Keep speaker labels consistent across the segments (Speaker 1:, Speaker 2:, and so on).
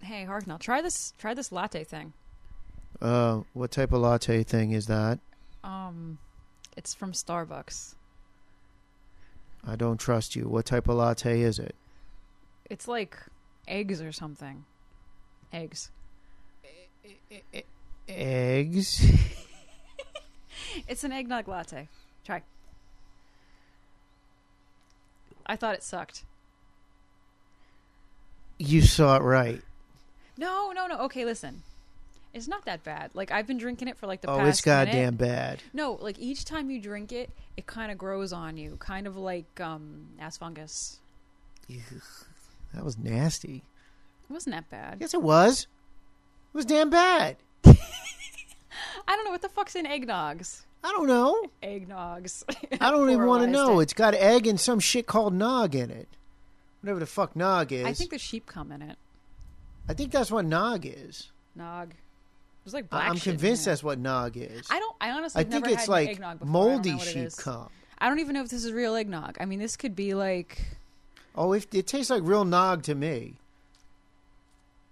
Speaker 1: Hey, Harknell, try this. Try this latte thing.
Speaker 2: Uh, what type of latte thing is that?
Speaker 1: Um, it's from Starbucks.
Speaker 2: I don't trust you. What type of latte is it?
Speaker 1: It's like eggs or something. Eggs.
Speaker 2: Eggs?
Speaker 1: It's an eggnog latte. Try. I thought it sucked.
Speaker 2: you saw it right.
Speaker 1: No, no, no. Okay, listen. It's not that bad. Like I've been drinking it for like the
Speaker 2: oh,
Speaker 1: past
Speaker 2: it's goddamn
Speaker 1: minute.
Speaker 2: bad.
Speaker 1: No, like each time you drink it, it kind of grows on you, kind of like um ass fungus.
Speaker 2: That was nasty.
Speaker 1: It wasn't that bad.
Speaker 2: Yes, it was. It was damn bad.
Speaker 1: I don't know what the fuck's in eggnogs.
Speaker 2: I don't know.
Speaker 1: Eggnogs.
Speaker 2: I don't even want to
Speaker 1: Pluralized
Speaker 2: know.
Speaker 1: it.
Speaker 2: It's got egg and some shit called nog in it. Whatever the fuck nog is.
Speaker 1: I think the sheep cum in it.
Speaker 2: I think that's what nog is.
Speaker 1: Nog. There's like
Speaker 2: I-
Speaker 1: black.
Speaker 2: I'm
Speaker 1: shit in
Speaker 2: convinced
Speaker 1: it.
Speaker 2: that's what nog is.
Speaker 1: I don't. I honestly.
Speaker 2: I
Speaker 1: have
Speaker 2: think
Speaker 1: never
Speaker 2: it's
Speaker 1: had
Speaker 2: like
Speaker 1: eggnog before. I don't
Speaker 2: moldy
Speaker 1: know what it
Speaker 2: sheep
Speaker 1: is.
Speaker 2: cum.
Speaker 1: I don't even know if this is real eggnog. I mean, this could be like.
Speaker 2: Oh, it, it tastes like real nog to me.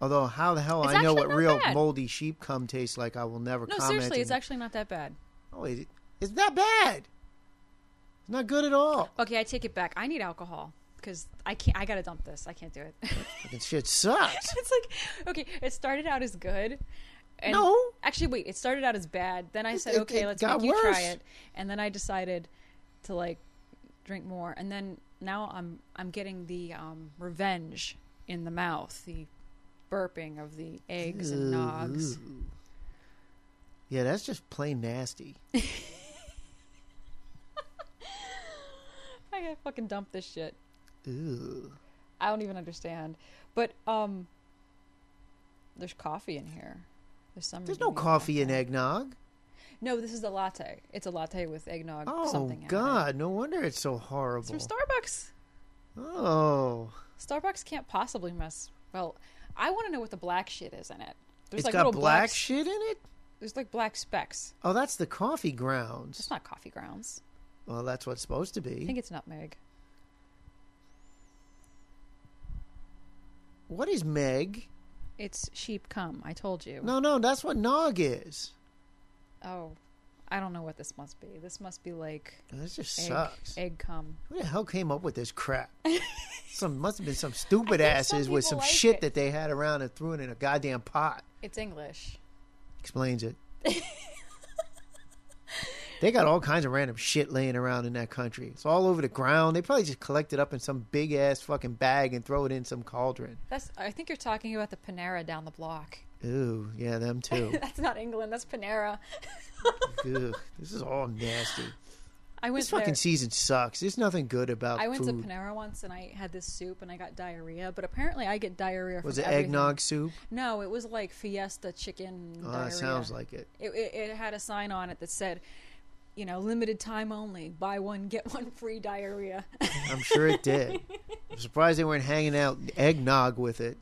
Speaker 2: Although, how the hell
Speaker 1: It's
Speaker 2: I know
Speaker 1: actually
Speaker 2: what
Speaker 1: not
Speaker 2: real
Speaker 1: bad.
Speaker 2: moldy sheep cum tastes like, I will never
Speaker 1: No,
Speaker 2: comment.
Speaker 1: seriously, it's
Speaker 2: and-
Speaker 1: actually not that bad.
Speaker 2: Oh, it, it's not bad. It's not good at all.
Speaker 1: Okay, I take it back. I need alcohol because I can't. I gotta dump this. I can't do it.
Speaker 2: Fucking shit sucks.
Speaker 1: it's like okay, it started out as good. And
Speaker 2: No.
Speaker 1: actually, wait. It started out as bad. Then I said,
Speaker 2: it-
Speaker 1: okay,
Speaker 2: it
Speaker 1: let's
Speaker 2: got
Speaker 1: make you try
Speaker 2: worse.
Speaker 1: it. And then I decided to like drink more. And then now I'm I'm getting the um, revenge in the mouth, the burping of the eggs and nogs.
Speaker 2: Yeah, that's just plain nasty.
Speaker 1: I gotta fucking dump this shit.
Speaker 2: Ooh.
Speaker 1: I don't even understand. But um, there's coffee in here. There's some.
Speaker 2: There's no
Speaker 1: redeeming
Speaker 2: coffee in eggnog.
Speaker 1: No, this is a latte. It's a latte with eggnog.
Speaker 2: Oh
Speaker 1: something in it.
Speaker 2: God, no wonder it's so
Speaker 1: It's
Speaker 2: horrible.
Speaker 1: from Starbucks.
Speaker 2: oh,
Speaker 1: Starbucks can't possibly mess. Well, I want to know what the black shit is in it. There's
Speaker 2: it's
Speaker 1: like
Speaker 2: got
Speaker 1: little
Speaker 2: black
Speaker 1: s-
Speaker 2: shit in it.
Speaker 1: There's like black specks.
Speaker 2: Oh, that's the coffee grounds.
Speaker 1: It's not coffee grounds.
Speaker 2: Well, that's what it's supposed to
Speaker 1: I
Speaker 2: be.
Speaker 1: think it's nutmeg.
Speaker 2: What is Meg?
Speaker 1: It's sheep cum. I told you.
Speaker 2: No, no, that's what nog is.
Speaker 1: Oh, I don't know what this must be. This must be like
Speaker 2: This just
Speaker 1: egg,
Speaker 2: sucks.
Speaker 1: egg cum.
Speaker 2: Who the hell came up with this crap? some must have been some stupid
Speaker 1: think
Speaker 2: asses
Speaker 1: some
Speaker 2: with
Speaker 1: people
Speaker 2: some
Speaker 1: like
Speaker 2: shit
Speaker 1: it.
Speaker 2: that they had around and threw it in a goddamn pot.
Speaker 1: It's English.
Speaker 2: Explains it. they got all kinds of random shit laying around in that country. It's all over the ground. They probably just collect it up in some big ass fucking bag and throw it in some cauldron.
Speaker 1: That's. I think you're talking about the Panera down the block.
Speaker 2: Ooh, yeah, them too.
Speaker 1: That's not England. That's Panera.
Speaker 2: Ugh, this is all nasty.
Speaker 1: I went
Speaker 2: This fucking
Speaker 1: there.
Speaker 2: season sucks. There's nothing good about
Speaker 1: I went
Speaker 2: food.
Speaker 1: to Panera once and I had this soup and I got diarrhea, but apparently I get diarrhea.
Speaker 2: was
Speaker 1: from
Speaker 2: it
Speaker 1: everything.
Speaker 2: eggnog soup?
Speaker 1: No, it was like Fiesta chicken
Speaker 2: Oh,
Speaker 1: diarrhea.
Speaker 2: that sounds like it.
Speaker 1: it, it. It had a sign on it that said, you know, limited time only. Buy one get one free diarrhea.
Speaker 2: I'm sure it did. I'm surprised they weren't hanging out eggnog with it.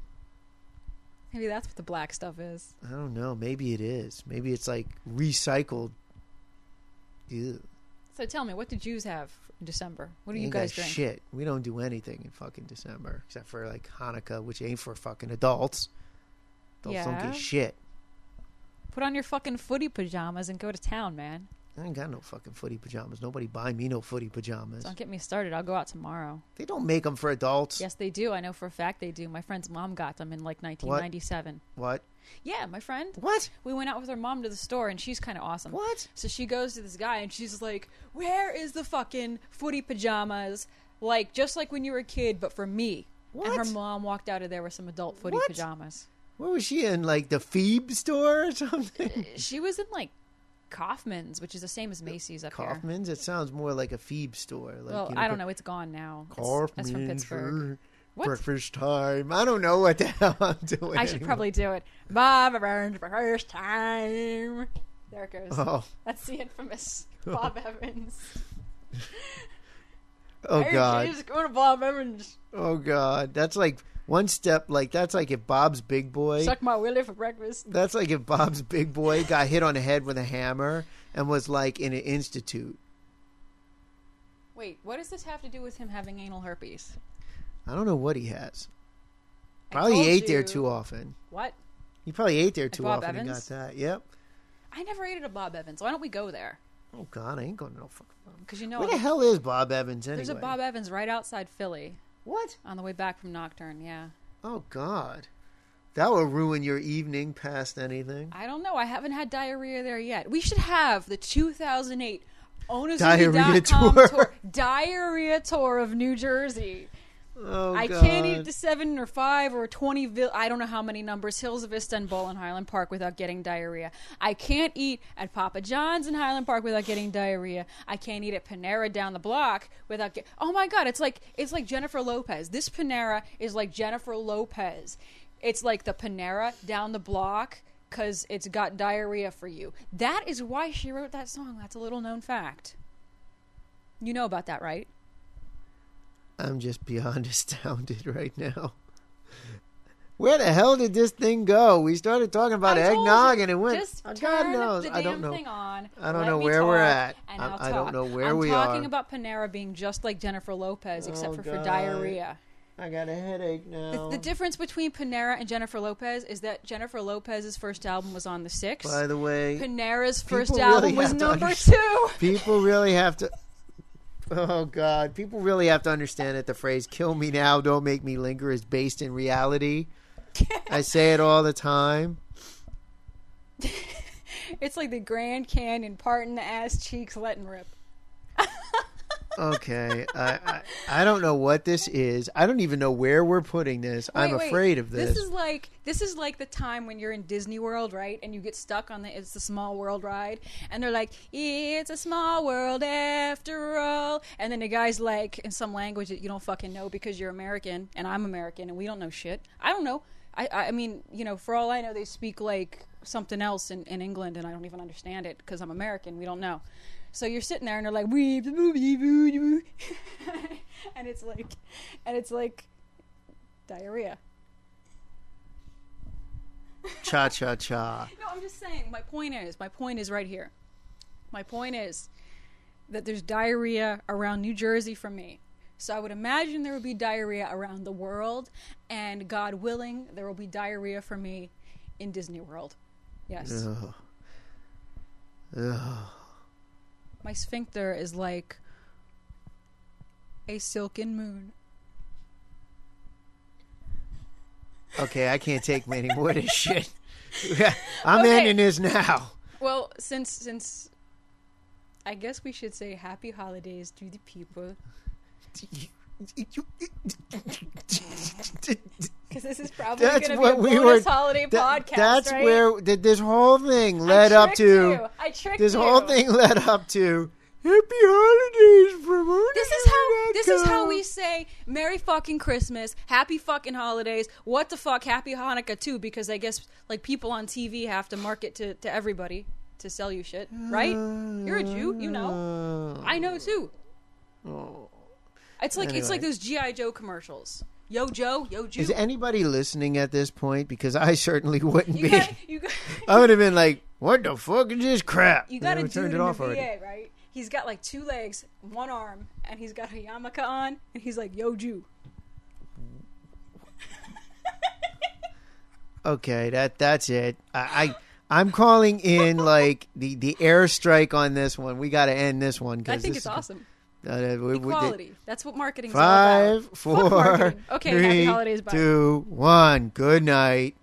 Speaker 1: Maybe that's what the black stuff is.
Speaker 2: I don't know. Maybe it is. Maybe it's like recycled. Ew.
Speaker 1: So tell me, what do Jews have in December? What do you
Speaker 2: Ain't
Speaker 1: guys
Speaker 2: got
Speaker 1: drink?
Speaker 2: Shit, we don't do anything in fucking December except for like Hanukkah, which ain't for fucking adults. Adults don't
Speaker 1: Yeah.
Speaker 2: get shit.
Speaker 1: Put on your fucking footy pajamas and go to town, man.
Speaker 2: I ain't got no fucking footy pajamas. Nobody buy me no footy pajamas.
Speaker 1: Don't get me started. I'll go out tomorrow.
Speaker 2: They don't make them for adults.
Speaker 1: Yes, they do. I know for a fact they do. My friend's mom got them in like 1997.
Speaker 2: What?
Speaker 1: Yeah, my friend.
Speaker 2: What?
Speaker 1: We went out with her mom to the store, and she's kind of awesome.
Speaker 2: What?
Speaker 1: So she goes to this guy, and she's like, "Where is the fucking footy pajamas? Like just like when you were a kid, but for me." And her
Speaker 2: What?
Speaker 1: mom walked out of there with some adult footy
Speaker 2: What?
Speaker 1: pajamas.
Speaker 2: Where was she in? Like the Phoebe store or something?
Speaker 1: She was in like Kaufman's, which is the same as Macy's up here.
Speaker 2: Kaufman's. It sounds more like a Phoebe store. Like,
Speaker 1: Well,
Speaker 2: you
Speaker 1: I don't know. It's gone now. It's- That's
Speaker 2: Kaufman's.
Speaker 1: from Pittsburgh.
Speaker 2: er,
Speaker 1: What?
Speaker 2: Breakfast time. I don't know what the hell I'm doing.
Speaker 1: I should
Speaker 2: anymore.
Speaker 1: probably do it. Bob Evans for first time. There it goes.
Speaker 2: Oh,
Speaker 1: That's the infamous Bob Evans.
Speaker 2: oh God.
Speaker 1: She's going to Bob Evans.
Speaker 2: Oh God, that's like one step. Like that's like if Bob's Big Boy.
Speaker 1: Suck my willy for breakfast.
Speaker 2: That's like if Bob's Big Boy got hit on the head with a hammer and was like in an institute.
Speaker 1: Wait, what does this have to do with him having anal herpes?
Speaker 2: I don't know what he has.
Speaker 1: I
Speaker 2: Probably
Speaker 1: told
Speaker 2: ate there
Speaker 1: you-
Speaker 2: too often.
Speaker 1: What?
Speaker 2: You probably ate there too
Speaker 1: Bob
Speaker 2: often and got
Speaker 1: Evans?
Speaker 2: that. Yep.
Speaker 1: I never ate at a Bob Evans. Why don't we go there?
Speaker 2: Oh God, I ain't going to no fucking. Bob.
Speaker 1: Because you know
Speaker 2: Where the hell is Bob Evans anyway?
Speaker 1: there's a Bob Evans right outside Philly
Speaker 2: What?
Speaker 1: on the way back from Nocturne. Yeah.
Speaker 2: Oh God, that will ruin your evening past anything.
Speaker 1: I don't know. I haven't had diarrhea there yet. We should have the 2008
Speaker 2: Diarrhea
Speaker 1: onazuki.com
Speaker 2: tour.
Speaker 1: tour. diarrhea tour of New Jersey.
Speaker 2: Oh
Speaker 1: I
Speaker 2: God.
Speaker 1: can't eat the seven or five or 20, vil- I don't know how many numbers, Hills of Istanbul and Highland Park without getting diarrhea. I can't eat at Papa John's in Highland Park without getting diarrhea. I can't eat at Panera down the block without get- Oh my God, it's like, it's like Jennifer Lopez. This Panera is like Jennifer Lopez. It's like the Panera down the block because it's got diarrhea for you. That is why she wrote that song. That's a little known fact. You know about that, right?
Speaker 2: I'm just beyond astounded right now. Where the hell did this thing go? We started talking about
Speaker 1: I told
Speaker 2: eggnog
Speaker 1: you,
Speaker 2: and it went.
Speaker 1: Just
Speaker 2: Oh,
Speaker 1: turn
Speaker 2: God knows.
Speaker 1: the
Speaker 2: I don't
Speaker 1: damn
Speaker 2: know.
Speaker 1: Thing on,
Speaker 2: I don't
Speaker 1: let
Speaker 2: know
Speaker 1: me
Speaker 2: where we're
Speaker 1: talk,
Speaker 2: at.
Speaker 1: and
Speaker 2: I'm-
Speaker 1: I'll
Speaker 2: I don't
Speaker 1: talk.
Speaker 2: know where
Speaker 1: I'm
Speaker 2: we
Speaker 1: talking
Speaker 2: are.
Speaker 1: about Panera being just like Jennifer Lopez, except
Speaker 2: Oh,
Speaker 1: for
Speaker 2: God. Oh.
Speaker 1: for diarrhea.
Speaker 2: I got a headache now.
Speaker 1: The difference between Panera and Jennifer Lopez is that Jennifer Lopez's first album was on the six.
Speaker 2: By the way,
Speaker 1: Panera's first
Speaker 2: really
Speaker 1: album was
Speaker 2: have to
Speaker 1: number
Speaker 2: understand-
Speaker 1: two.
Speaker 2: people really have to. Oh God, people really have to understand that the phrase "kill me now, don't make me linger" is based in reality. I say it all the time.
Speaker 1: It's like the Grand Canyon parting the ass cheeks, letting rip.
Speaker 2: Okay, I, I I don't know what this is. I don't even know where we're putting this. I'm
Speaker 1: Wait, wait.
Speaker 2: afraid of this.
Speaker 1: This is like this is like the time when you're in Disney World, right? And you get stuck on the it's a small world ride, and they're like, "It's a small world after all." And then the guy's like, in some language that you don't fucking know because you're American and I'm American and we don't know shit. I don't know. I I I mean, you know, for all I know, they speak like something else in, in England, and I don't even understand it because I'm American. We don't know. So you're sitting there, and they're like, and it's like, and it's like diarrhea.
Speaker 2: Cha cha cha.
Speaker 1: No, I'm just saying. My point is, my point is right here. My point is that there's diarrhea around New Jersey for me. So I would imagine there would be diarrhea around the world, and God willing, there will be diarrhea for me in Disney World. Yes,
Speaker 2: Ugh. Ugh.
Speaker 1: my sphincter is like a silken moon.
Speaker 2: Okay, I can't take any more of this shit. I'm
Speaker 1: Okay.
Speaker 2: ending this now.
Speaker 1: Well, since since I guess we should say happy holidays to the people because this is probably going
Speaker 2: That's
Speaker 1: to be a
Speaker 2: what we
Speaker 1: bonus
Speaker 2: were.
Speaker 1: holiday
Speaker 2: that-
Speaker 1: podcast.
Speaker 2: that's
Speaker 1: right?
Speaker 2: where th- this whole thing
Speaker 1: I
Speaker 2: led up
Speaker 1: tricked
Speaker 2: to.
Speaker 1: you. I tricked
Speaker 2: This
Speaker 1: you.
Speaker 2: whole thing led up to. Happy holidays from
Speaker 1: This is how this is how we say Merry fucking Christmas, Happy fucking holidays, what the fuck, Happy Hanukkah too, because I guess like people on TV have to market to, to everybody to sell you shit, right?
Speaker 2: Mm.
Speaker 1: You're a Jew, you know. I know too. It's like it's like
Speaker 2: Anyway.
Speaker 1: those GI Joe commercials. Yo Joe, yo Jew.
Speaker 2: Is anybody listening at this point? Because I certainly wouldn't
Speaker 1: you
Speaker 2: be.
Speaker 1: got you got
Speaker 2: I would have been like, "What the fuck is this crap?"
Speaker 1: you got
Speaker 2: I
Speaker 1: a
Speaker 2: would've
Speaker 1: dude
Speaker 2: Oh, turned it
Speaker 1: in
Speaker 2: off
Speaker 1: the
Speaker 2: already.
Speaker 1: VA, right? He's got like two legs, one arm, and he's got a yarmulke on, and he's like yo Jew.
Speaker 2: Okay, that that's it. I, I I'm calling in like the the airstrike on this one. We got to end this uh, one
Speaker 1: I
Speaker 2: because
Speaker 1: think it's awesome. Equality. That's what marketing's all about.
Speaker 2: Five,
Speaker 1: Fuck
Speaker 2: four,
Speaker 1: marketing. Okay, happy
Speaker 2: three,
Speaker 1: holidays, bye.
Speaker 2: two, one. Good night.